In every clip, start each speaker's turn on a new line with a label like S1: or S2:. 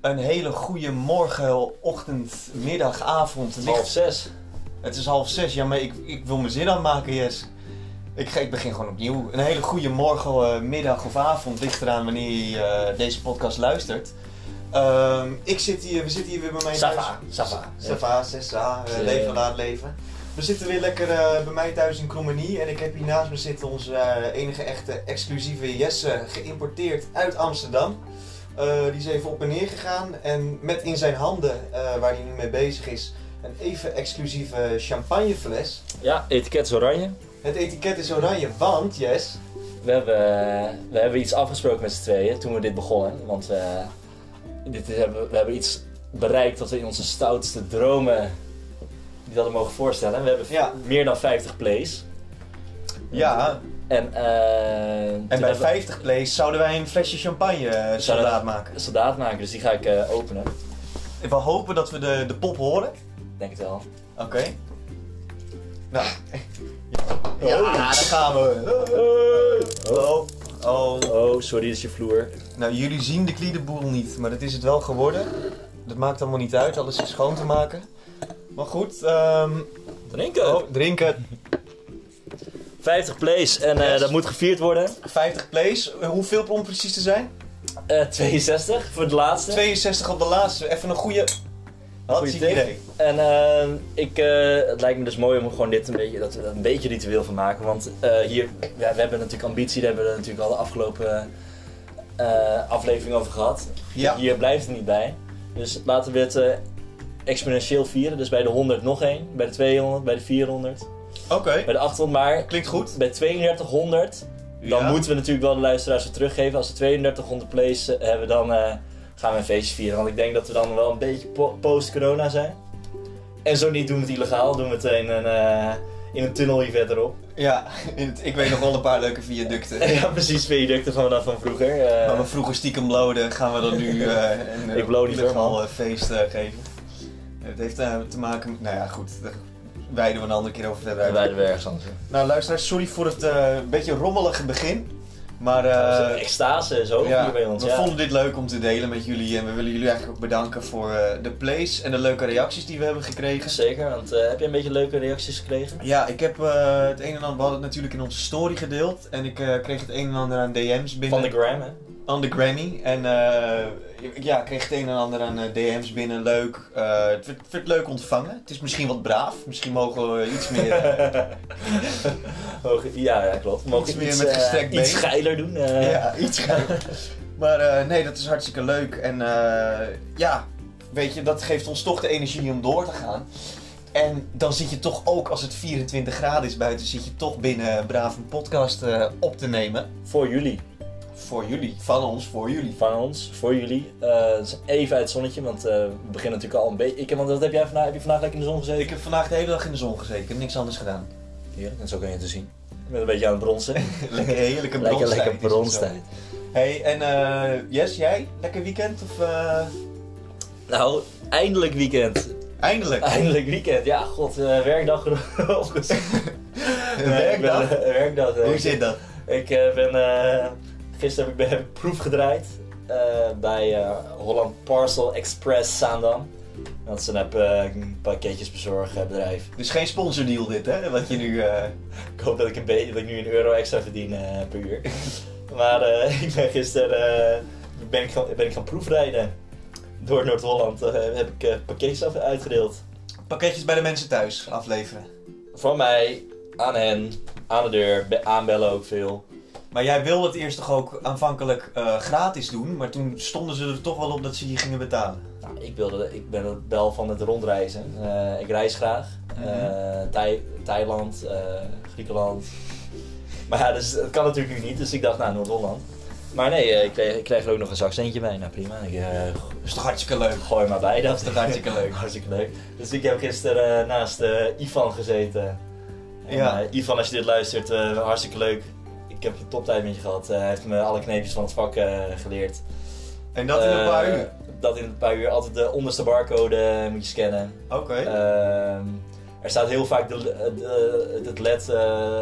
S1: Een hele goede morgen, ochtend, middag, avond. Het,
S2: Half
S1: ligt,
S2: zes.
S1: het is half zes, ja, maar ik, ik wil mijn zin aanmaken, Jes. Ik, ga- ik begin gewoon opnieuw. Een hele goede morgen, eh, middag of avond. Ligt eraan wanneer je eh, deze podcast luistert. Ehm, ik zit hier, we zitten hier weer bij mij thuis.
S2: Safa. Safa.
S1: Sava, Sessa, eh,
S2: Ja.
S1: leven laat leven. We zitten weer lekker eh, bij mij thuis in Krommenie en ik heb hier naast me zitten onze eh, enige echte exclusieve Jesse, geïmporteerd uit Amsterdam. Eh, die is even op en neer gegaan en met in zijn handen, eh, waar hij nu mee bezig is, een even exclusieve champagnefles.
S2: Ja, etiket is oranje.
S1: Het etiket is oranje, want Jess,
S2: We hebben, eh, we hebben iets afgesproken met z'n tweeën toen we dit begonnen. Want eh, dit is, hebben- we hebben iets bereikt dat we in onze stoutste dromen niet hadden mogen voorstellen. We hebben
S1: Ja.
S2: meer dan 50 plays.
S1: ja,
S2: En, eh, toen
S1: en bij
S2: hebben we
S1: 50 plays zouden wij een flesje champagne eh, soldaat maken.
S2: een soldaat maken, dus die ga ik eh, openen.
S1: We hopen dat we de, de pop horen.
S2: Ik Denk het wel.
S1: Oké. Nou. Ja, daar gaan we. Oh. Oh.
S2: Oh, sorry, dat is je vloer.
S1: Nou, jullie zien de kliedenboel niet, maar dat is het wel geworden. Dat maakt allemaal niet uit, alles is schoon te maken. Maar goed, ehm
S2: Drinken!
S1: oh, drinken.
S2: 50 plays en eh,
S1: Yes.
S2: dat moet gevierd worden.
S1: 50 plays. Eh, Hoeveel om precies te zijn?
S2: Eh, 62 voor het laatste.
S1: 62 op de laatste. Even een goede. Had
S2: Goeie
S1: ik
S2: tip.
S1: idee.
S2: En ehm, ik, eh, het lijkt me dus mooi om er gewoon dit een beetje, dat we er een beetje ritueel van maken. Want eh, hier, ja, we hebben natuurlijk ambitie, daar hebben we natuurlijk al de afgelopen eh, aflevering over gehad.
S1: Ja.
S2: Hier blijft het niet bij. Dus laten we het eh, exponentieel vieren. Dus bij de 100 nog één, bij de 200, bij de 400,
S1: Oké.
S2: bij de 800. Maar
S1: Klinkt goed.
S2: bij 3200, dan
S1: Ja.
S2: moeten we natuurlijk wel de luisteraars wat teruggeven. Als we 3200 plays eh, hebben, dan eh, gaan we een feestje vieren. Want ik denk dat we dan wel een beetje po- post-corona zijn. En zo niet doen we het illegaal, doen we het in een, eh, in een tunnel-event erop.
S1: Ja, in het- ik weet nog wel een paar leuke viaducten.
S2: ja, precies, viaducten van dan van vroeger. eh.
S1: Waar we vroeger stiekem loden, gaan we dan nu eh, een
S2: Ik lood niet, hoor,
S1: illegaal,
S2: man.
S1: eh, feest eh, geven. Het heeft eh, te maken met... Nou ja, goed. Daar wijden we een andere keer over verder
S2: wij
S1: uit.
S2: wijden we ergens anders. in.
S1: Nou luisteraars, sorry voor het eh, beetje rommelige begin. Maar eh,
S2: Nou, Dat is een extase en zo
S1: ja,
S2: hier bij ons.
S1: we
S2: ja.
S1: vonden dit leuk om te delen met jullie. En we willen jullie eigenlijk ook bedanken voor eh, de plays en de leuke reacties die we hebben gekregen.
S2: Zeker, want eh, heb je een beetje leuke reacties gekregen?
S1: Ja, ik heb eh, het een en ander... We hadden het natuurlijk in onze story gedeeld. En ik eh, kreeg het een en ander aan DM's binnen.
S2: Van de gram, hè?
S1: on the Grammy. En eh, ik ja, ik kreeg het een en ander aan eh, DM's binnen. Leuk. Eh, het werd, werd leuk ontvangen. Het is misschien wat braaf. Misschien mogen we iets meer. eh,
S2: Hoge- ja, ja, klopt. Mogen
S1: Iets
S2: we
S1: meer
S2: iets,
S1: met
S2: eh,
S1: gestrekt
S2: iets
S1: been.
S2: geiler doen? eh.
S1: ja, iets gaan. Maar eh, nee, dat is hartstikke leuk. En eh, ja, weet je, dat geeft ons toch de energie om door te gaan. En dan zit je toch ook, als het 24 graden is buiten, zit je toch binnen eh, braaf een podcast eh, op te nemen.
S2: Voor jullie.
S1: Voor jullie. Van ons, voor jullie.
S2: Van ons, voor jullie. Eh, dus even uit het zonnetje, want eh, we beginnen natuurlijk al een beetje. Ik, want wat heb jij vandaag? Heb je vandaag lekker in de zon gezeten?
S1: Ik heb vandaag de hele dag in de zon gezeten. Ik heb niks anders gedaan.
S2: Heerlijk, en zo kan je het dus zien. Met een beetje aan het bronzen.
S1: Lekker heerlijke
S2: lekker,
S1: bronstijd.
S2: lekker
S1: is het zo.
S2: bronstijd.
S1: Hey, en eh Jess, jij? Lekker weekend? Of, eh,
S2: Nou, eindelijk weekend.
S1: Eindelijk.
S2: Eindelijk weekend. Ja, god, eh, werkdag genoeg.
S1: Een
S2: Nee, ik ben,
S1: werkdag?
S2: eh, werkdag. eh,
S1: Hoe zit dat?
S2: Ik eh, ben. eh, gisteren heb ik, heb ik proef gedraaid eh, bij eh, Holland Parcel Express Zaandam. Dat is een app, eh, pakketjes bezorgen bedrijf.
S1: Dus geen sponsordeal dit, hè? Wat je nu... eh,
S2: Ik hoop dat ik, een beetje, dat ik nu een euro extra verdien eh, per uur. Maar eh, ik ben gisteren eh, ben ik gaan, ben ik gaan proefrijden door Noord-Holland. Eh, heb ik eh, pakketjes af- uitgedeeld.
S1: pakketjes bij de mensen thuis afleveren.
S2: Van mij, aan hen, aan de deur, be- aanbellen ook veel.
S1: Maar jij wilde het eerst toch ook aanvankelijk eh, gratis doen, maar toen stonden ze er toch wel op dat ze je gingen betalen.
S2: Nou, ik, wilde, ik ben het wel van het rondreizen. Eh, ik reis graag. Eh,
S1: Mhm.
S2: Thai- Thailand, eh, Griekenland. Maar ja, dus, dat kan natuurlijk nu niet, dus ik dacht, nou, Noord-Holland. Maar nee, eh, ik, kreeg, ik kreeg er ook nog een zakcentje bij. Nou, prima. Ik, eh,
S1: Dat is toch hartstikke leuk?
S2: Gooi maar bij, dat
S1: Dat is toch hartstikke leuk?
S2: Hartstikke leuk. Dus ik heb gisteren eh, naast eh, Ivan gezeten. En,
S1: Ja.
S2: eh, Ivan, als je dit luistert, eh, hartstikke leuk. Ik heb een toptijd met je gehad. Eh, hij heeft me alle kneepjes van het vak eh, geleerd.
S1: En dat in een
S2: Eh,
S1: paar uur.
S2: Dat in een paar uur. Altijd de onderste barcode eh, moet je scannen.
S1: Oké.
S2: Ehm, er staat heel vaak de, eh, de- het led, eh,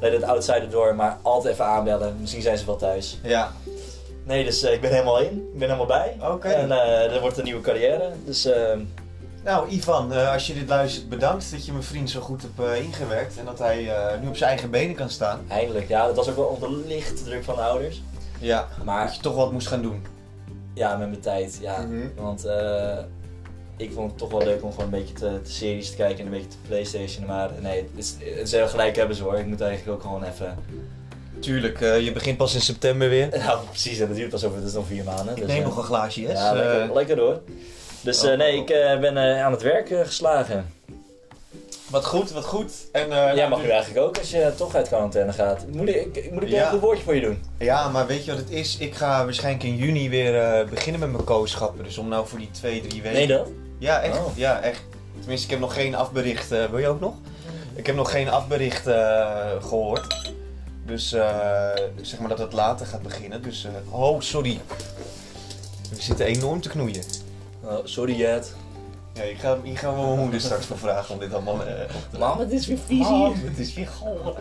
S2: led het outsider door, maar altijd even aanbellen. Misschien zijn ze wel thuis.
S1: ja.
S2: Nee, dus eh, ik ben helemaal in. Ik ben helemaal bij.
S1: Oké.
S2: En eh er wordt een nieuwe carrière. Dus eh,
S1: Nou, Ivan, eh, als je dit luistert, bedankt dat je mijn vriend zo goed hebt eh, ingewerkt. En dat hij eh, nu op zijn eigen benen kan staan.
S2: eindelijk. Ja, dat was ook wel onder lichte druk van de ouders.
S1: Ja. Dat
S2: Maar
S1: je toch wat moest gaan doen.
S2: ja, met mijn tijd. Ja.
S1: Mhm.
S2: Want eh, ik vond het toch wel leuk om gewoon een beetje te, te series te kijken en een beetje te Playstationen. Maar nee, het is, het is heel gelijk hebben ze hoor. Ik moet eigenlijk ook gewoon even.
S1: Tuurlijk, eh, je begint pas in september weer.
S2: Nou, precies, en dat duurt pas over dat is nog vier maanden.
S1: Ik
S2: dus,
S1: neem
S2: eh,
S1: nog een glaasje, yes.
S2: Ja, lekker,
S1: Eh,
S2: lekker hoor. Dus eh,
S1: oh,
S2: nee,
S1: oh.
S2: ik eh, ben eh, aan het werk eh, geslagen.
S1: wat goed, wat goed. En, eh,
S2: Jij
S1: nou,
S2: mag nu eigenlijk ook als je toch uit quarantaine gaat. Moet ik, ik- moet ik
S1: Ja.
S2: even een woordje voor je doen?
S1: Ja, maar weet je wat het is? Ik ga waarschijnlijk in juni weer eh, beginnen met mijn kooschappen. Dus om nou voor die twee, drie weken...
S2: Nee dat?
S1: Ja, echt.
S2: Oh.
S1: Ja, echt. Tenminste, ik heb nog geen afbericht. eh, wil je ook nog? Ik heb nog geen afbericht eh, gehoord. Dus eh, zeg maar dat het later gaat beginnen. Dus, eh, oh, sorry. We zitten enorm te knoeien.
S2: Oh, sorry Jed.
S1: Ja, hier gaan, hier gaan we mijn moeder straks voor vragen om dit allemaal eh, op te
S2: Mam, het Ah, is weer vies
S1: Mam,
S2: hier.
S1: het is weer goor.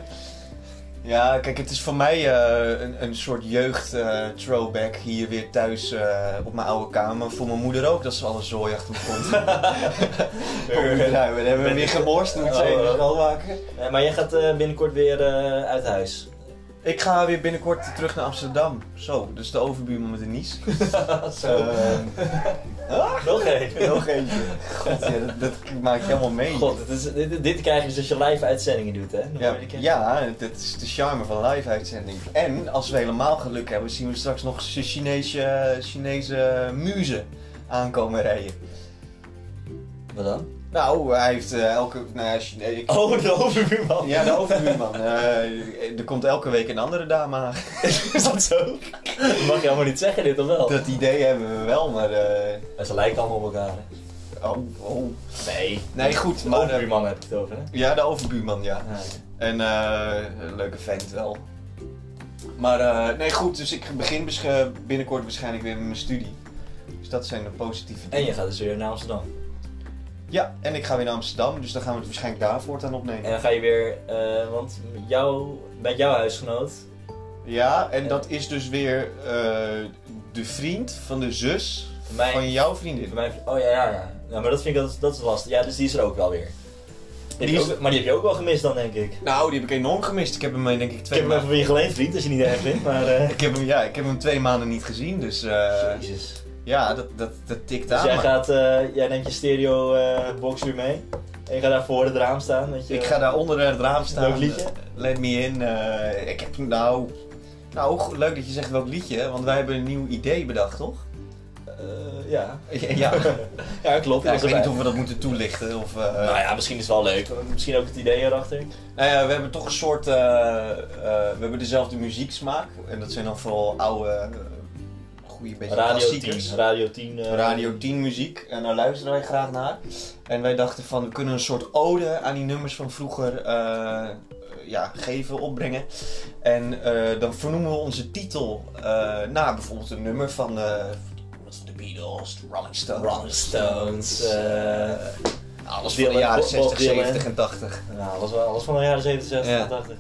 S1: Ja, kijk, het is voor mij eh, een, een soort jeugd-throwback hier weer thuis eh, op mijn oude kamer. Voor mijn moeder ook, dat ze alle zooi achter me vond. Kom, nou, we hebben
S2: Ben
S1: weer
S2: ik-
S1: gemorst, moet ik ze
S2: Oh,
S1: even
S2: eh.
S1: schoonmaken.
S2: Eh, maar jij gaat eh, binnenkort weer eh, uit huis.
S1: Ik ga weer binnenkort terug naar Amsterdam. Zo, dus de overbuurman met de nies. Ehm,
S2: Nog één.
S1: nog eentje. God, ja, dat, dat maak je helemaal mee.
S2: God, dit, is, dit, dit krijg je dus als je live uitzendingen doet, hè? Nog
S1: Ja,
S2: een keer.
S1: ja, dat is de charme van live uitzending. En als we helemaal geluk hebben, zien we straks nog Ch- Chinese, eh, Chinese muzen aankomen rijden.
S2: Wat dan?
S1: Nou, hij heeft eh, elke. Nou ja, Chine- ik-
S2: Oh, de overbuurman.
S1: Ja, de overbuurman. Eh, er komt elke week een andere dame aan.
S2: Is dat zo? Dat mag je allemaal niet zeggen, dit of wel?
S1: Dat idee hebben we wel, maar. eh,
S2: En Ze lijken allemaal op elkaar. hè?
S1: oh, oh.
S2: Nee.
S1: Nee, goed,
S2: De
S1: maar. eh,
S2: overbuurman heb ik het over, hè? Ah,
S1: ja, de overbuurman, ja.
S2: Ja.
S1: En eh, een leuke vent wel. Maar eh, nee, goed, dus ik begin besch- binnenkort waarschijnlijk weer met mijn studie. Dus dat zijn de positieve dingen.
S2: En je gaat dus weer naar Amsterdam.
S1: Ja, en ik ga weer naar Amsterdam, dus dan gaan we het waarschijnlijk daar voortaan
S2: En
S1: opnemen.
S2: dan ga je weer, eh, want met jou, met jouw huisgenoot.
S1: Ja, en dat is dus weer eh, de vriend van de zus
S2: Van mij.
S1: van jouw
S2: Van
S1: vriendin.
S2: mij oh ja, ja, ja. Ja, maar dat vind ik dat, dat is lastig. Ja, dus die is er ook wel weer. Die
S1: Die
S2: heb
S1: is-
S2: je ook- maar die heb je ook wel gemist dan, denk ik.
S1: Nou, die heb ik enorm gemist. Ik heb hem eh, denk ik
S2: Ik heb
S1: twee
S2: hem even
S1: maanden...
S2: van je geleend, vriend, als je niet erg vindt, maar... eh
S1: Ik heb hem, ja, ik heb hem twee maanden niet gezien, dus eh,
S2: Jezus.
S1: ja, dat, dat, dat tikt
S2: Dus
S1: aan.
S2: jij,
S1: maar
S2: gaat, eh, jij neemt je stereo eh, box weer mee. En je gaat daar voor het raam staan. Weet je,
S1: Ik ga daar onder het raam staan.
S2: Welk liedje?
S1: Let me in. eh, ik heb nou... Nou, go- leuk dat je zegt welk liedje, hè, want wij hebben een nieuw idee bedacht, toch?
S2: Eh, ja.
S1: Ja,
S2: ja,
S1: ja ik
S2: klopt. dat is
S1: weet
S2: erbij.
S1: niet of we dat moeten toelichten of... eh,
S2: Nou ja, misschien is het wel leuk. Misschien ook het idee erachter.
S1: Nou ja, we hebben toch een soort. eh, eh, we hebben dezelfde muzieksmaak. En dat zijn dan vooral oude. eh, goede beetje
S2: Radio 10.
S1: klassiekers.
S2: Radio 10. eh,
S1: Radio 10 muziek. En daar luisteren wij graag naar. En wij dachten van we kunnen een soort ode aan die nummers van vroeger. eh, ja, geven, opbrengen. En eh, dan vernoemen we onze titel eh, naar bijvoorbeeld een nummer van. eh, de Beatles, de Rolling Stones.
S2: Rolling Stones,
S1: eh, alles van de
S2: Dylan,
S1: jaren
S2: Bob
S1: 60,
S2: Dylan.
S1: 70 en 80.
S2: Nou, alles, wel- alles van de jaren 67,
S1: Ja.
S2: 80.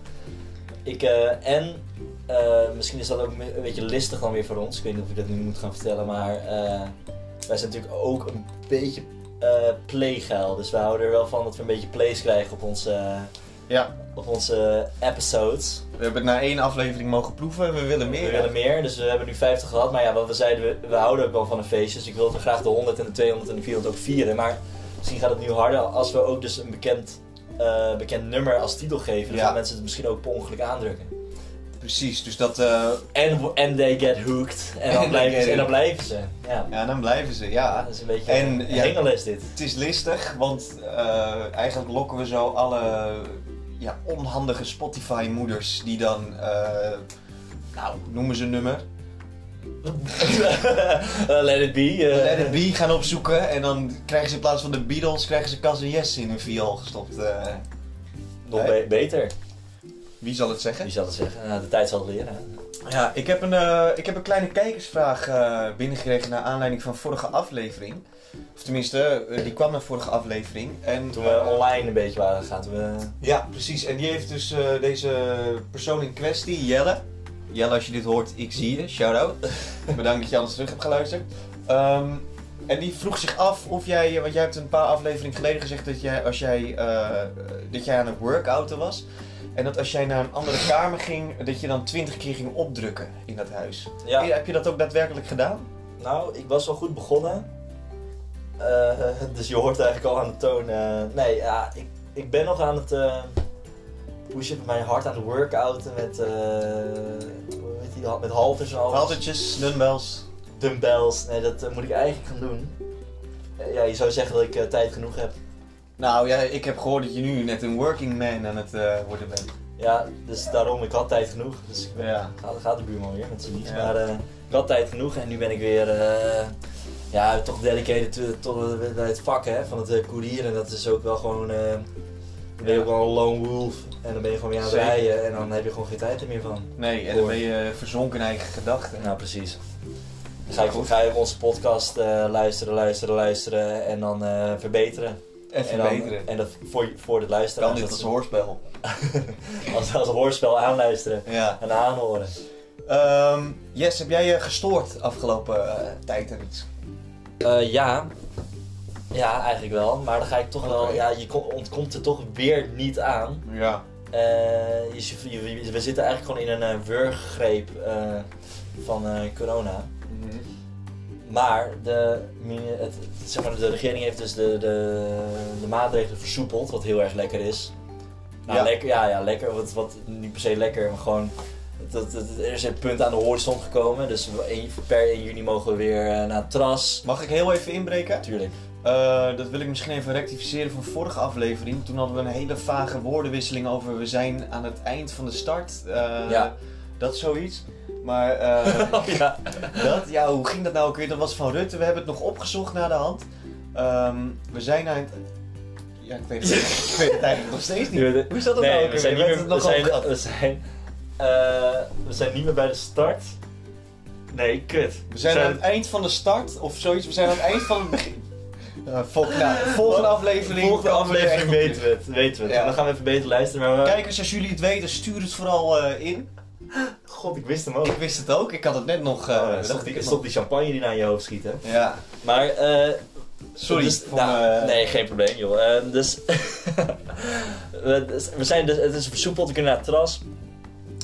S2: Ik, eh, en eh, misschien is dat ook een beetje listig dan weer voor ons. Ik weet niet of ik dat nu moet gaan vertellen, maar eh, wij zijn natuurlijk ook een beetje eh playgeil. Dus we houden er wel van dat we een beetje plays krijgen op onze,
S1: Ja.
S2: op onze episodes.
S1: We hebben het na één aflevering mogen proeven en we willen meer.
S2: We willen meer, dus we hebben nu 50 gehad. Maar ja, wat we zeiden, we, we houden ook wel van een feestje. Dus ik wil graag de 100 en de 200 en de 400 ook vieren. Maar misschien gaat het nu harder als we ook dus een bekend, eh, bekend nummer als titel geven. Dan
S1: Ja.
S2: gaan mensen het misschien ook per ongeluk aandrukken.
S1: Precies, dus dat... eh,
S2: En, en they get hooked. En
S1: En
S2: dan,
S1: they
S2: blijven,
S1: get
S2: ze, en dan
S1: hooked.
S2: blijven ze. Ja.
S1: ja, dan blijven ze, ja.
S2: dat is een beetje
S1: En,
S2: en,
S1: ja.
S2: hengeles dit.
S1: Het is listig, want eh, eigenlijk lokken we zo alle ja, onhandige Spotify-moeders die dan... eh, nou, noemen ze een nummer.
S2: Eh, let it be. eh.
S1: Let it be gaan opzoeken en dan krijgen ze in plaats van de Beatles, krijgen ze Cas en Yes in hun viool gestopt. eh.
S2: Nog be- beter.
S1: wie zal het zeggen?
S2: Wie zal het zeggen? Nou, de tijd zal het leren. hè.
S1: Ja, ik heb een, eh, ik heb een kleine kijkersvraag eh, binnengekregen naar aanleiding van vorige aflevering. Of tenminste, eh, die kwam naar vorige aflevering. En, eh,
S2: Toen we online een beetje waren gegaan. Toen we...
S1: Ja, precies. En die heeft dus eh, deze persoon in kwestie, Jelle. Jelle, als je dit hoort, ik zie je. Shout out. Bedankt dat je alles terug hebt geluisterd. Ehm, en die vroeg zich af of jij, want jij hebt een paar afleveringen geleden gezegd dat jij, als jij, eh, dat jij aan het workouten was. En dat als jij naar een andere kamer ging, dat je dan twintig keer ging opdrukken in dat huis.
S2: Ja.
S1: Heb je dat ook daadwerkelijk gedaan?
S2: Nou, ik was wel goed begonnen. Eh, dus je hoort eigenlijk al aan de toon. eh, nee, ja, ik, ik ben nog aan het eh, pushen met mijn hart aan de workouten met, eh hoe heet die, met halters en alles.
S1: Haltertjes, dumbbells.
S2: Dumbbells, nee, dat eh, moet ik eigenlijk gaan doen. Eh, ja, je zou zeggen dat ik eh, tijd genoeg heb.
S1: Nou ja, ik heb gehoord dat je nu net een working man aan het eh, worden bent.
S2: Ja, dus daarom, ik had tijd genoeg. Dus ik ben,
S1: Ja.
S2: gaat, gaat de buurman weer met z'n niet.
S1: Ja.
S2: Maar eh, ik had tijd genoeg en nu ben ik weer eh, ja, toch dedicated to- tot eh, bij het vak hè, van het eh, koerier. En dat is ook wel gewoon, eh, dan ben
S1: Ja.
S2: je ook wel een lone wolf. En dan ben je gewoon weer aan het
S1: Zeker.
S2: rijden en dan heb je gewoon geen tijd er meer van.
S1: Nee, en dan ben je verzonken in eigen gedachten.
S2: Nou, precies. Dan Dus ga je, ga je onze podcast eh, luisteren, luisteren, luisteren en dan eh, verbeteren.
S1: En
S2: en, dan-
S1: verbeteren.
S2: en dat voor, voor de
S1: Kan
S2: luisteraars.
S1: dit
S2: dat
S1: als
S2: ze-
S1: hoorspel?
S2: als, als hoorspel aanluisteren
S1: Ja.
S2: en aanhoren.
S1: Ehm yes, heb jij je gestoord afgelopen eh, tijd en iets?
S2: Eh, ja. Ja, eigenlijk wel. Maar dan ga ik toch wel.
S1: Oké.
S2: Ja, je kon- ontkomt er toch weer niet aan.
S1: Ja.
S2: Eh, je- je- je- we zitten eigenlijk gewoon in een eh, wurggreep eh, van eh, corona.
S1: Mhm.
S2: Maar de, mini- het, zeg maar, de regering heeft dus de, de, de maatregelen versoepeld, wat heel erg lekker is. Nou,
S1: Ja.
S2: ja. Lekker, ja, ja, lekker. Wat, wat niet per se lekker, maar gewoon. Dat, dat, er is een punt aan de horizon gekomen. Dus we- één- per 1 juni mogen we weer eh, naar het terras.
S1: Mag ik heel even inbreken?
S2: Natuurlijk.
S1: Eh, dat wil ik misschien even rectificeren van vorige aflevering. Toen hadden we een hele vage woordenwisseling over we zijn aan het eind van de start. Eh,
S2: Ja.
S1: Dat zoiets. Maar eh,
S2: ja.
S1: dat, ja, hoe ging dat nou ook weer? Dat was van Rutte. We hebben het nog opgezocht naar de hand. Ehm, we zijn aan het... Ja, ik weet het, ik weet het eigenlijk nog steeds niet.
S2: Nee,
S1: Hoe is dat dan nou ook
S2: we
S1: weer?
S2: zijn,
S1: We
S2: niet
S1: hebben
S2: meer,
S1: het
S2: we,
S1: nogal
S2: zijn,
S1: gehad.
S2: we, zijn, eh, we zijn niet meer bij de start. Nee, kut.
S1: We zijn aan het eind van de start of zoiets. We zijn aan het eind van het begin. Eh, vol- nou, volgende aflevering.
S2: Volgende
S1: komen we er echt
S2: aflevering
S1: op
S2: weten
S1: terug.
S2: we het. Weten we het.
S1: Ja.
S2: En dan gaan we even beter luisteren. Maar we-
S1: Kijkers, als jullie het weten, stuur het vooral eh, in.
S2: God, ik wist hem ook.
S1: Ik wist het ook. Ik had het net nog. eh,
S2: Oh, ja,
S1: dacht
S2: stop,
S1: ik
S2: die,
S1: het
S2: stop die champagne die naar je hoofd schiet, hè.
S1: nog. Ja.
S2: Maar, eh...
S1: Sorry. eh,
S2: dus-
S1: voor
S2: nou,
S1: mijn-
S2: Nee, geen probleem, joh. Eh, dus, we, dus- we zijn dus... Het is versoepeld, we kunnen naar het terras.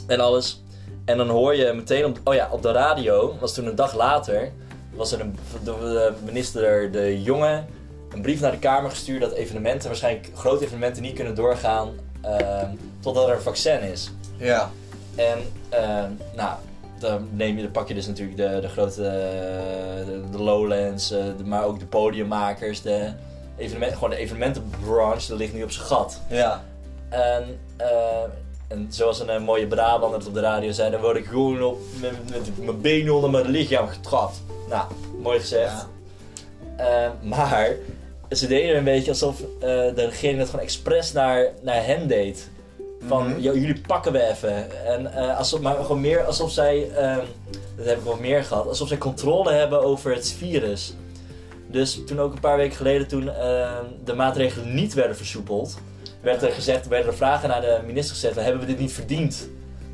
S2: En alles. En dan hoor je meteen op... Oh ja, op de radio, was toen een dag later... Was er een, door de minister De Jonge een brief naar de Kamer gestuurd... dat evenementen, waarschijnlijk grote evenementen, niet kunnen doorgaan... eh, totdat er een vaccin is.
S1: Ja.
S2: En eh, nou, dan, neem je, dan pak je dus natuurlijk de, de grote, eh, de, de Lowlands, eh, de- maar ook de podiummakers, de evenementen, gewoon de evenementenbranche, dat ligt nu op zijn gat.
S1: Ja.
S2: En, eh, en zoals een eh, mooie Brabander het op de radio zei, dan word ik gewoon op, met, met mijn benen onder mijn lichaam getrapt. Nou, mooi gezegd.
S1: Ja.
S2: Eh, maar ze deden een beetje alsof eh, de regering het gewoon expres naar, naar hen deed. Van,
S1: Mhm.
S2: "Yo, jullie pakken we even. En, eh, alsof, maar gewoon meer alsof zij, ehm, dat heb ik wel meer gehad, alsof zij controle hebben over het virus. Dus toen ook een paar weken geleden, toen ehm, de maatregelen niet werden versoepeld, werd er gezegd, werden er vragen naar de minister gezet, hebben we dit niet verdiend?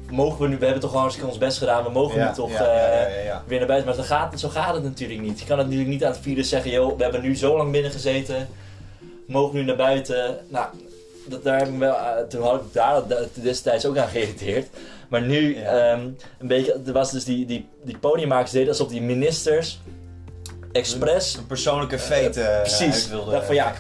S2: Mogen we nu, we hebben toch gewoon hartstikke ons best gedaan, we mogen
S1: ja,
S2: nu toch...
S1: Ja,
S2: eh,
S1: ja, ja, ja, ja.
S2: weer naar buiten. Maar zo gaat, zo gaat het natuurlijk niet. Je kan natuurlijk niet aan het virus zeggen, joh, we hebben nu zo lang binnen gezeten, mogen nu naar buiten. Nou, dat, daar, heb ik wel- eh, toen had ik daar da- destijds ook aan geïrriteerd. Maar nu,
S1: Ja.
S2: ehm, een beetje, er was dus die, die, die podiummakers deden alsof die ministers expres
S1: Een persoonlijke feit eh
S2: Precies.
S1: uit wilde.
S2: Dacht van ja, eh,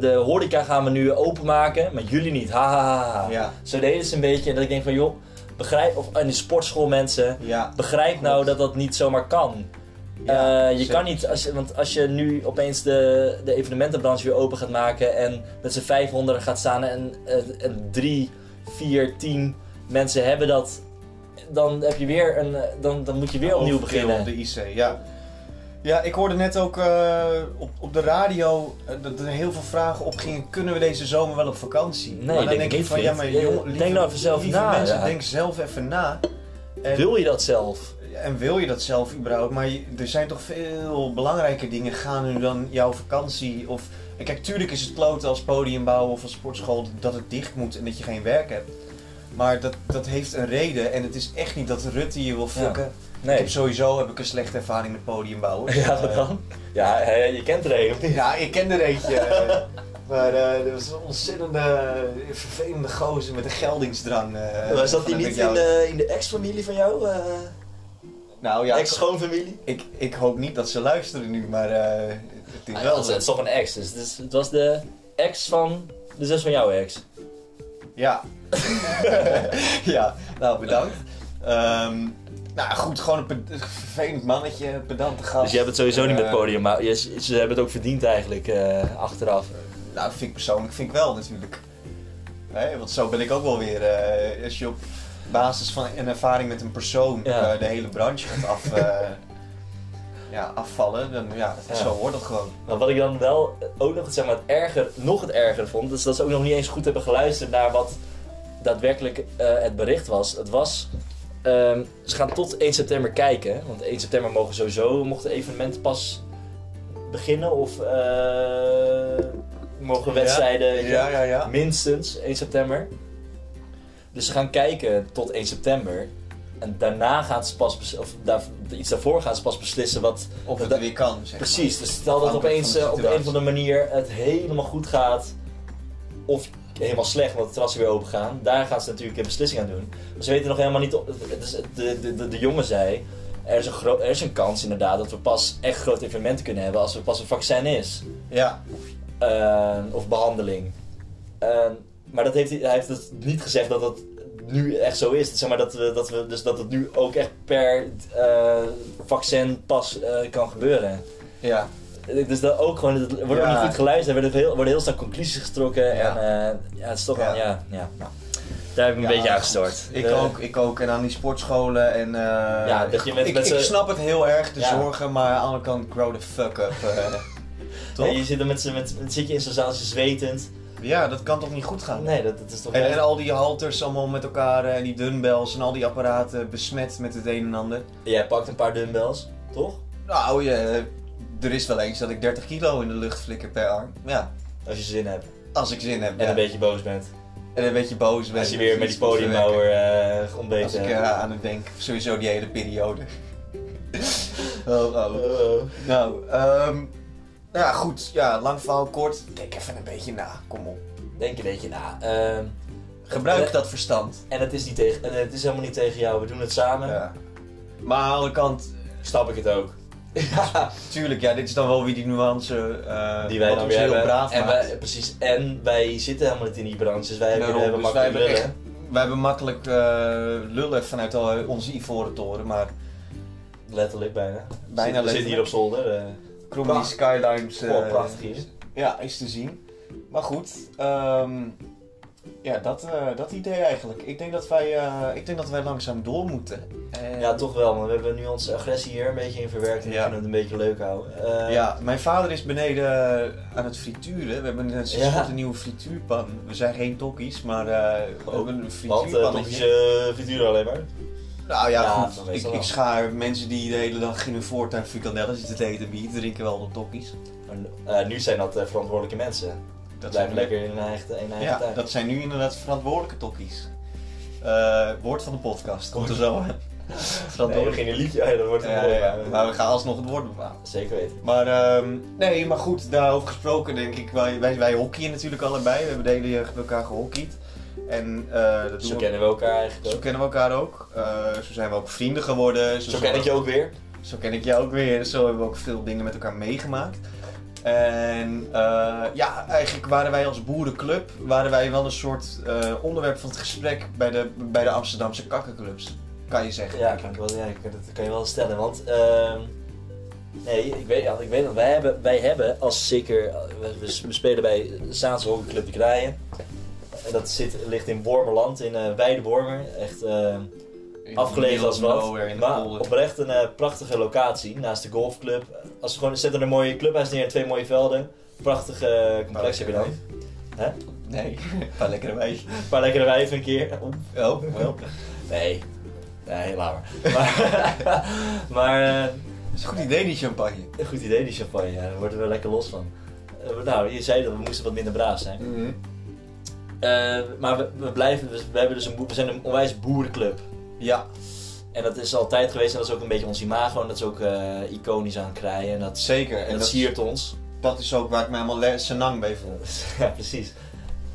S2: de horeca gaan we nu openmaken, maar jullie niet. Ha, ha, ha, ha.
S1: Ja.
S2: Zo deden ze een beetje. En dat ik denk van joh, begrijp, of aan de sportschool mensen,
S1: Ja.
S2: begrijp nou dat dat niet zomaar kan.
S1: Ja,
S2: Eh, je
S1: zeker.
S2: kan niet, als je, want als je nu opeens de, de evenementenbranche weer open gaat maken en met z'n 500 gaat staan en, en, en drie, vier, tien mensen hebben dat, dan heb je weer een, eh, dan, dan moet je weer opnieuw
S1: Overkill
S2: beginnen.
S1: op de IC, ja. Ja, ik hoorde net ook eh, op, op de radio eh, dat er heel veel vragen op gingen. Kunnen we deze zomer wel op vakantie?
S2: Nee,
S1: maar dan
S2: denk ik
S1: denk ik
S2: niet,
S1: van, ja,
S2: vriend.
S1: maar
S2: Ja,
S1: jongen,
S2: denk
S1: lieve-
S2: nou even zelf
S1: lieve
S2: na,
S1: mensen,
S2: ja.
S1: denk zelf even na. En-
S2: Wil je dat zelf?
S1: En wil je dat zelf überhaupt? Maar je- er zijn toch veel belangrijke dingen gaan nu dan jouw vakantie of... en Kijk, tuurlijk is het kloten als podiumbouwer of als sportschool dat het dicht moet en dat je geen werk hebt. Maar dat, dat heeft een reden en het is echt niet dat Rutte je wil fucken. Ik
S2: Nee.
S1: heb sowieso heb ik een slechte ervaring met podiumbouwers. Eh,
S2: Ja, wat dan? Ja, hè, je kent er een. of niet?
S1: Ja, ik ken er eentje. eh, maar eh dat was een ontzettende eh, vervelende gozer met een geldingsdrang. eh,
S2: Was dat
S1: van
S2: die
S1: een
S2: niet in
S1: jou-
S2: de, in de ex-familie van jou? eh,
S1: Nou ja, ik,
S2: Ex-schoonfamilie?
S1: ik, ik hoop niet dat ze luisteren nu, maar eh, het is
S2: Ah,
S1: wel
S2: dat is-
S1: zo.
S2: het is toch een ex, dus het, is- het was de ex van de zus van jouw ex.
S1: Ja. ja, nou bedankt. Ehm, nou goed, gewoon een pe- een vervelend mannetje, een pedante gast.
S2: Dus je hebt het sowieso niet met
S1: Eh,
S2: podium, maar je, ze hebben het ook verdiend eigenlijk eh, achteraf.
S1: Nou, vind ik persoonlijk vind ik wel natuurlijk. Hè, want zo ben ik ook wel weer. eh, als je op basis van een ervaring met een persoon
S2: Ja.
S1: eh, de hele branche gaat af, eh, ja, afvallen, dan ja,
S2: Ja.
S1: zo hoort dat gewoon.
S2: Maar wat ik dan wel ook nog, het, zeg maar, het erger, nog het erger vond, is dat ze ook nog niet eens goed hebben geluisterd naar wat daadwerkelijk eh, het bericht was. Het was, ehm, ze gaan tot 1 september kijken, want 1 september mogen sowieso, mochten evenementen pas beginnen of eh, mogen wedstrijden. weet je wel.
S1: Ja, ja, ja.
S2: Minstens 1 september. Dus ze gaan kijken tot 1 september. En daarna gaan ze pas, bes- of daar, iets daarvoor gaan ze pas beslissen wat...
S1: Of het
S2: Dat-
S1: weer kan, zeg maar.
S2: Precies, dus stel dat
S1: Afhankelijk
S2: opeens
S1: van de
S2: eh, op de een
S1: situatie.
S2: of andere manier het helemaal goed gaat. Of helemaal slecht, want de terrassen weer open gaan. Daar gaan ze natuurlijk een beslissing aan doen. Maar ze weten nog helemaal niet... of- het is- de, de, de, de jongen zei, er is, een gro- er is een kans inderdaad dat we pas echt grote evenementen kunnen hebben als er pas een vaccin is.
S1: Ja,
S2: Eh, of behandeling. Eh, maar dat heeft, hij hij heeft het niet gezegd dat dat nu echt zo is. Zeg maar dat, we, dat, we, dus dat het nu ook echt per eh, vaccin pas eh, kan gebeuren.
S1: ja.
S2: Dus dat ook gewoon, het wordt
S1: Ja.
S2: ook niet goed geluisterd, er worden heel, worden heel snel conclusies getrokken. En
S1: Ja.
S2: eh, ja, het is toch
S1: Ja.
S2: wel, ja, ja. Nou, daar heb ik
S1: Ja,
S2: me een beetje
S1: goed.
S2: aangestort.
S1: Ik
S2: Eh,
S1: ook, ik ook. En aan die sportscholen en... eh,
S2: Ja, dat je met-
S1: ik,
S2: met
S1: ik
S2: z'n-
S1: snap het heel erg, de
S2: Ja.
S1: zorgen, maar aan de andere kant, grow the fuck up. eh. toch?
S2: Je zit, er met, z'n- met, met, zit je in zo'n zaaltje zwetend.
S1: Ja, dat kan toch niet goed gaan?
S2: Nee, dat, dat is toch
S1: En,
S2: juist-
S1: en al die halters allemaal met elkaar, eh, en die dumbbells en al die apparaten besmet met het een en ander.
S2: Jij pakt een paar dumbbells, toch?
S1: Nou, je, er is wel eens dat ik 30 kilo in de lucht flikker per arm. Ja,
S2: Als je zin hebt.
S1: als ik zin heb.
S2: En
S1: ja.
S2: een beetje boos bent.
S1: en een beetje boos ben.
S2: Als je weer met die
S1: Iets moet verwerken.
S2: podiumbouwer eh ontbeten
S1: Als ik eh,
S2: hebt.
S1: aan het denk, sowieso die hele periode. oh, oh.
S2: Oh.
S1: Nou, ehm, nou ja, goed. Ja, lang verhaal kort. Denk even een beetje na. Kom op.
S2: Denk je, denk je, nou, ehm,
S1: Gebruik
S2: eh,
S1: dat verstand.
S2: En het is, niet tegen, en het is helemaal niet tegen jou, we doen het samen.
S1: Ja. Maar aan de andere kant,
S2: Snap ik het ook. Ja,
S1: tuurlijk, ja, dit is dan wel weer die nuance eh,
S2: die wij
S1: wat
S2: dan
S1: ons
S2: weer
S1: heel
S2: hebben.
S1: braaf
S2: en
S1: maakt.
S2: wij, precies, en wij zitten helemaal niet in die branche, dus wij hebben,
S1: Daarom,
S2: hebben
S1: dus wij
S2: makkelijk
S1: hebben echt
S2: lullen.
S1: wij hebben makkelijk eh, lullen vanuit al onze ivoren toren, maar
S2: Letterlijk bijna.
S1: bijna
S2: We zitten hier op zolder. eh
S1: Cromley
S2: Pracht-
S1: Skylines. eh,
S2: gewoon prachtig hier.
S1: Ja, is te zien. Maar goed, ehm, ja, dat, eh, dat idee eigenlijk. Ik denk dat wij, eh, ik denk dat wij langzaam door moeten. En-
S2: Ja, toch wel, maar we hebben nu onze agressie hier een beetje in verwerkt en
S1: Ja.
S2: we kunnen het een beetje leuk houden. Eh,
S1: Ja, mijn vader is beneden aan het frituren. We hebben een,
S2: Ja.
S1: een nieuwe frituurpan. We zijn geen tokkies, maar eh, we
S2: Oh,
S1: hebben een
S2: Want eh, toch
S1: frituurpannetje.
S2: is je frituur alleen maar.
S1: Nou ja,
S2: Ja, dat
S1: goed.
S2: weet
S1: Ik,
S2: je wel.
S1: ik schaar mensen die de hele dag in hun voortuin frikandellen zitten te eten en bier drinken wel op tokkies.
S2: Maar, eh, nu zijn dat eh, verantwoordelijke mensen. Dat blijven
S1: zijn nu-
S2: lekker in hun eigen, in hun eigen
S1: Ja,
S2: tuin.
S1: dat zijn nu inderdaad verantwoordelijke tokkies. Eh, woord van de podcast, komt er zo aan.
S2: Nee, we gingen een liedje, ja, dat wordt een
S1: Ja,
S2: mooi,
S1: ja, ja.
S2: maar-
S1: Maar we gaan alsnog het woord bepalen.
S2: Zeker weten.
S1: Maar, ehm, nee, maar goed, daarover gesproken denk ik. Wij, wij, wij hockeyen natuurlijk allebei. We hebben de hele jeugd met elkaar gehockeyd. En eh, dat doen
S2: Zo
S1: we-
S2: kennen we elkaar eigenlijk
S1: zo
S2: ook.
S1: kennen we elkaar ook. Eh, zo zijn we ook vrienden geworden.
S2: Zo ken ik je ook weer.
S1: Zo ken ik jou ook weer. Zo hebben we ook veel dingen met elkaar meegemaakt. En eh, ja, eigenlijk waren wij als boerenclub waren wij wel een soort eh, onderwerp van het gesprek bij de, bij de Amsterdamse kakkenclubs. Kan je zeggen.
S2: Ja, kan ik wel, ja ik- dat kan je wel stellen. Want, ehm, nee, ik weet, ik weet dat wij hebben, wij hebben als zeker, we, we- we spelen bij Saanse Hockeyclub de Kraaien. En dat zit, ligt in Wormerland, in eh Weide Wormer. Echt ehm,
S1: In the
S2: afgelegen
S1: middle
S2: als
S1: of
S2: wat.
S1: nowhere in de
S2: Maar
S1: polder.
S2: oprecht een eh, prachtige locatie naast de golfclub. Als we gewoon zetten er een mooie clubhuis neer en twee mooie velden. Prachtig eh, complex heb je dan. Hè?
S1: Nee, maar lekker wijs.
S2: Een paar lekkere wijven een keer. Oeh.
S1: Oh, wel.
S2: Nee. Nee, laat maar. Maar, maar eh,
S1: Dat is een goed idee, die champagne.
S2: een goed idee die champagne, ja. daar worden we lekker los van. Eh, nou, je zei dat we moesten wat minder braaf zijn. eh, maar we, we blijven, we, we hebben dus een, boer- we zijn een onwijs boerenclub.
S1: Ja.
S2: En dat is altijd geweest en dat is ook een beetje ons imago. En dat is ook eh, iconisch aan krijgen. En dat,
S1: Zeker.
S2: en dat siert ons. Eh,
S1: dat is ook waar ik me helemaal le- senang bij voel.
S2: ja, precies.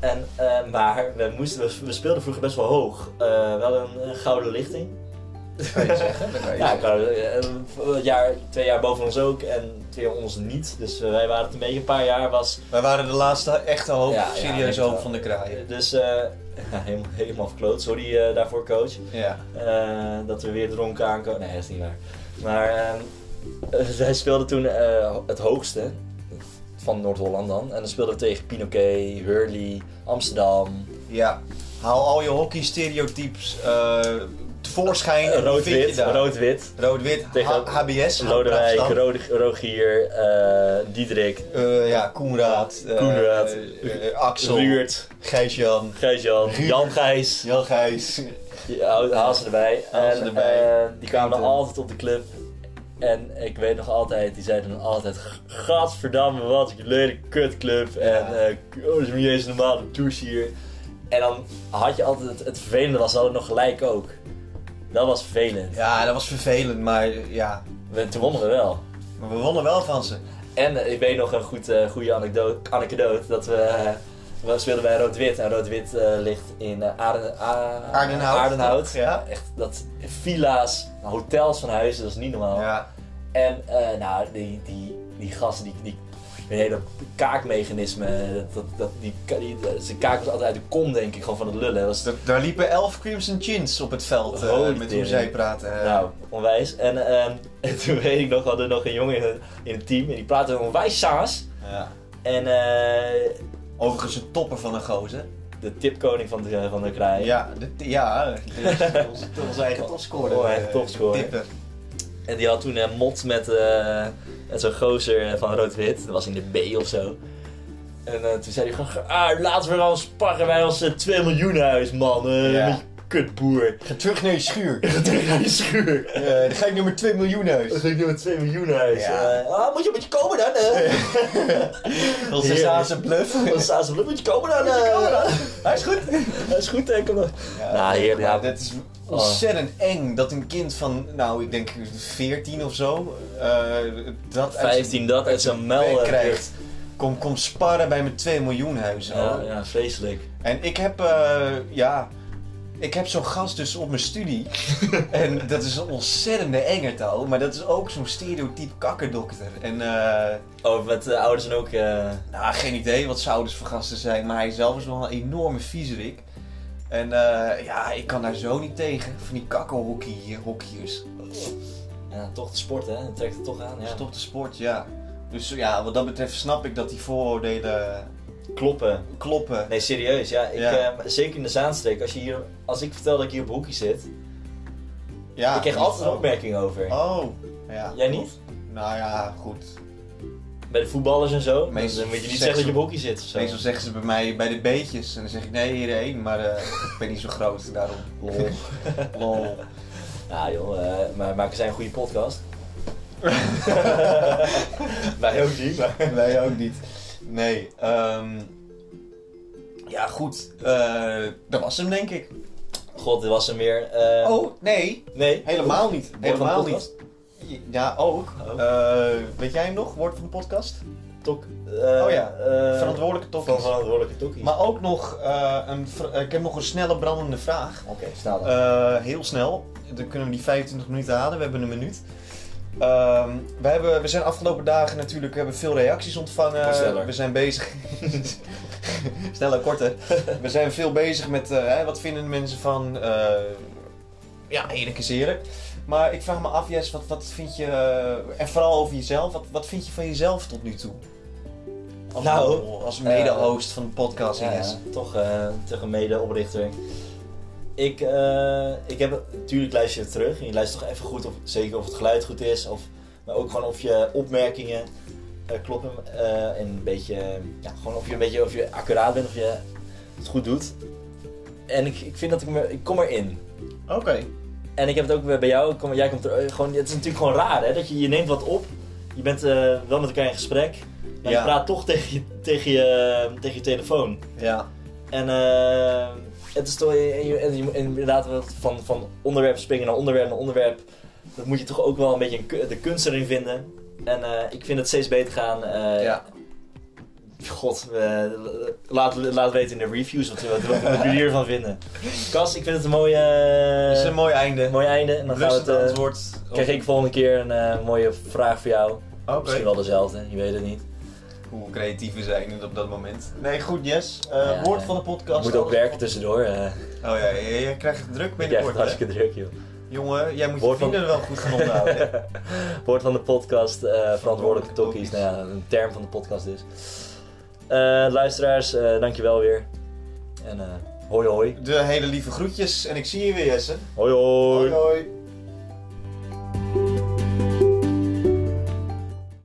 S2: En, eh, maar we, moesten, we, we speelden vroeger best wel hoog. Eh, wel een, een gouden lichting.
S1: Dat kan je zeggen. dat kan je
S2: Ja, ik
S1: zeggen.
S2: wou, eh, een jaar, twee jaar boven ons ook en twee jaar onder ons niet. Dus eh, wij waren het een beetje een paar jaar was.
S1: Wij waren de laatste echte hoop,
S2: Ja, ja,
S1: serieuze
S2: echt
S1: hoop
S2: wel.
S1: van de kraaien.
S2: Dus eh, helemaal, helemaal verkloot. Sorry eh, daarvoor, coach.
S1: Ja.
S2: Eh, dat we weer dronken aankomen. Nee, dat is niet waar. Maar ehm, eh, zij speelden toen eh, het hoogste van Noord-Holland dan. En dan speelden we tegen Pinoquet, Hurley, Amsterdam.
S1: ja. Haal al je hockeystereotypes eh tevoorschijn.
S2: Eh,
S1: en dan vind je
S2: Rood-wit,
S1: daar.
S2: rood-wit.
S1: Rood-wit,
S2: Tegen
S1: H- HBS.
S2: Lodewijk,
S1: Amsterdam.
S2: Rode- Rogier, eh Diederik,
S1: Eh, ja, Koenraad. eh,
S2: Koenraad.
S1: eh, eh, Axel.
S2: Ruurt,
S1: Gijs-Jan.
S2: Gijs-Jan,
S1: Ruud.
S2: Jan Gijs.
S1: Jan Gijs.
S2: Die oude hazen erbij.
S1: Haal ze
S2: en,
S1: erbij.
S2: eh, die kwamen dan
S1: Eten.
S2: altijd op de club. En ik weet nog altijd, die zeiden dan altijd: Gadverdamme, wat een lelijke kutclub. En eh oh, dat is niet eens een normale douche hier. En dan had je altijd, het, het vervelende was, ze hadden nog gelijk ook. Dat was vervelend.
S1: Ja, dat was vervelend, maar eh, ja.
S2: We, toen wonnen we wel.
S1: Maar we wonnen wel van ze.
S2: En eh, ik weet nog een goed, eh, goede anekdote, anekdote dat we, eh, we speelden bij Rood-Wit. En Rood-Wit eh, ligt in eh, Aarden, A-
S1: Aardenhout.
S2: Aardenhout.
S1: Ja.
S2: Echt, dat villa's, hotels van huizen, dat is niet normaal.
S1: Ja.
S2: En eh, nou, die, die, die gasten, die, die, hun hele kaakmechanisme, dat, dat, dat, die, die, eh, zijn kaak was altijd uit de kom, denk ik, gewoon van het lullen. Dat was
S1: Da- daar liepen elf Crimson Chins op het veld eh,
S2: Holy
S1: met hoe
S2: tering.
S1: zij praten. eh.
S2: Nou, onwijs. En, ehm, en toen weet ik nog, we hadden nog een jongen in het, in het team en die praatte onwijs saas.
S1: Ja.
S2: En eh,
S1: Overigens een topper van een gozer.
S2: de tipkoning van de, van de kraai.
S1: Ja, dit- ja dit is onze, onze eigen topscorer.
S2: Onze eigen
S1: eh,
S2: topscorer.
S1: Tipper.
S2: En die had toen een mot met, eh, met zo'n gozer eh, van rood-wit. Dat was in de B of zo. En eh, toen zei hij gewoon, ah, laten we nou sparren bij ons eh, 2 miljoen huis, man. Eh,
S1: Ja.
S2: met je kutboer.
S1: Ga terug naar je schuur.
S2: En terug naar die schuur.
S1: Eh, dan ga ik nummer 2 miljoen
S2: Dat
S1: uit.
S2: ging door 2 miljoen huis.
S1: Ja.
S2: Eh, ah, moet je met je komen dan? eh?
S1: Dat is
S2: Heerlijk.
S1: een bluff. Eh,
S2: Dan staan ze op, moet je komen dan?
S1: Moet je komen dan?
S2: Hij is goed. Hij is goed, hè. Kom dan.
S1: Ja,
S2: Nou, heerlijk, ja.
S1: maar Dat is ontzettend eng dat een kind van, nou, ik denk 14 of zo, eh, dat uit
S2: 15 dat uit zijn mel
S1: bek
S2: eh,
S1: krijgt. Kom, kom sparren bij mijn 2 miljoen huizen.
S2: Ja,
S1: hoor.
S2: ja, vreselijk.
S1: En ik heb, eh, ja, ik heb zo'n gast dus op mijn studie. en dat is een ontzettende engert al, maar dat is ook zo'n stereotype kakkerdokter. En, eh,
S2: Oh, met de ouders en ook... eh,
S1: nou, geen idee wat zijn ouders voor gasten zijn, maar hij zelf is wel een enorme viezerik. En eh, ja, ik kan daar zo niet tegen, van die kakkerhockeyers.
S2: ja, toch de sport, hè. Dat trekt het toch aan, ja.
S1: Stop de sport, ja. Dus ja, wat dat betreft snap ik dat die vooroordelen
S2: Kloppen.
S1: kloppen.
S2: Nee, serieus. Ja, ik,
S1: Ja.
S2: eh, zeker in de Zaanstreek. Als, je hier, als ik vertel dat ik hier op hoekje zit,
S1: Ja,
S2: ik krijg altijd een opmerking over.
S1: Oh, ja.
S2: Jij niet?
S1: Nou ja, goed.
S2: Bij de voetballers en zo, dan-
S1: Meestal
S2: dan moet je niet
S1: seksu-
S2: zeggen dat je op hoekje zit of zo.
S1: Meestal zeggen ze bij mij bij de beetjes. En dan zeg ik nee, iedereen, maar eh, ik ben niet zo groot daarom.
S2: Lol.
S1: Lol.
S2: Ja joh, eh, maar maken zij een goede podcast? Wij ook niet, maar...
S1: Wij ook niet. Nee, ehm, ja goed. eh, dat was hem denk ik.
S2: God, dit was hem weer. eh,
S1: Oh, nee.
S2: Nee.
S1: Helemaal niet.
S2: Woord van de
S1: Helemaal
S2: podcast?
S1: niet. Ja, ook.
S2: Oh.
S1: Eh, weet jij hem nog? Woord van de podcast?
S2: Tok.
S1: Oh ja,
S2: verantwoordelijke
S1: Verantwoordelijke
S2: eh, Van
S1: tokkies.
S2: verantwoordelijke tokkies.
S1: Maar ook nog, eh, een, vr- eh, ik heb nog een snelle brandende vraag.
S2: Oké, snel dan.
S1: Eh, heel snel, dan kunnen we die 25 minuten halen, we hebben een minuut. Ehm, we, hebben, we zijn afgelopen dagen natuurlijk we hebben veel reacties ontvangen.
S2: Wordt sneller.
S1: We zijn bezig. sneller, korter. we zijn veel bezig met eh, hè, wat vinden de mensen van. eh ja, eerlijk is eerlijk. Maar ik vraag me af, Jess, wat, wat vind je. eh, en vooral over jezelf, wat, wat vind je van jezelf tot nu toe? Als,
S2: Nou, eh,
S1: als mede-host van de podcast,
S2: Ja,
S1: Jess.
S2: ja, toch, eh toch een mede-oprichter. Ik, eh, ik heb, natuurlijk luister je het terug en je luistert toch even goed, of, zeker of het geluid goed is, of, maar ook gewoon of je opmerkingen eh, kloppen eh, en een beetje, ja, gewoon of je een beetje of je accuraat bent, of je het goed doet. En ik, ik vind dat ik me, ik kom erin.
S1: Oké.
S2: En ik heb het ook weer bij jou, ik kom, jij komt er, eh, gewoon, het is natuurlijk gewoon raar hè, dat je, je neemt wat op, je bent eh, wel met elkaar in gesprek, maar
S1: Ja.
S2: je praat toch tegen je, tegen je, tegen je eh, telefoon.
S1: Ja.
S2: En eh, het is toch, eh, en je- en je moet inderdaad wel van, van onderwerp springen naar onderwerp naar onderwerp. Dat moet je toch ook wel een beetje een ku- de kunst erin vinden. En eh, ik vind het steeds beter gaan. eh,
S3: Ja.
S2: God, eh, laat, laat weten in de reviews wat, wat, wat, wat jullie ervan vinden. Kas, ik vind het een mooie,
S1: Dat is een mooi einde.
S2: een mooi einde. En dan gaan we
S1: Rustig
S2: het, eh,
S1: antwoord. op-
S2: krijg ik volgende keer een eh, mooie vraag voor jou.
S1: Oké.
S2: Misschien wel dezelfde, je weet het niet.
S3: Hoe creatief we zijn op dat moment.
S1: Nee, goed, yes. Eh,
S2: Ja,
S1: woord
S2: ja.
S1: van de podcast.
S2: Je moet ook
S1: alles-
S2: werken tussendoor. eh.
S1: Oh ja, je, je krijgt het druk
S2: ik krijg het
S1: binnenkort. hè?
S2: hartstikke druk, joh.
S1: Jongen, jij moet
S2: Woord
S1: je
S2: van-
S1: vrienden er wel goed van onderhouden. hè?
S2: Woord van de podcast, eh, verantwoordelijke tokkies.
S1: tokkies.
S2: Nou ja, een term van de podcast is. Eh, luisteraars, eh, dankjewel weer. En eh, hoi hoi.
S1: De hele lieve groetjes en ik zie je weer, Jesse.
S2: Hoi hoi.
S1: hoi.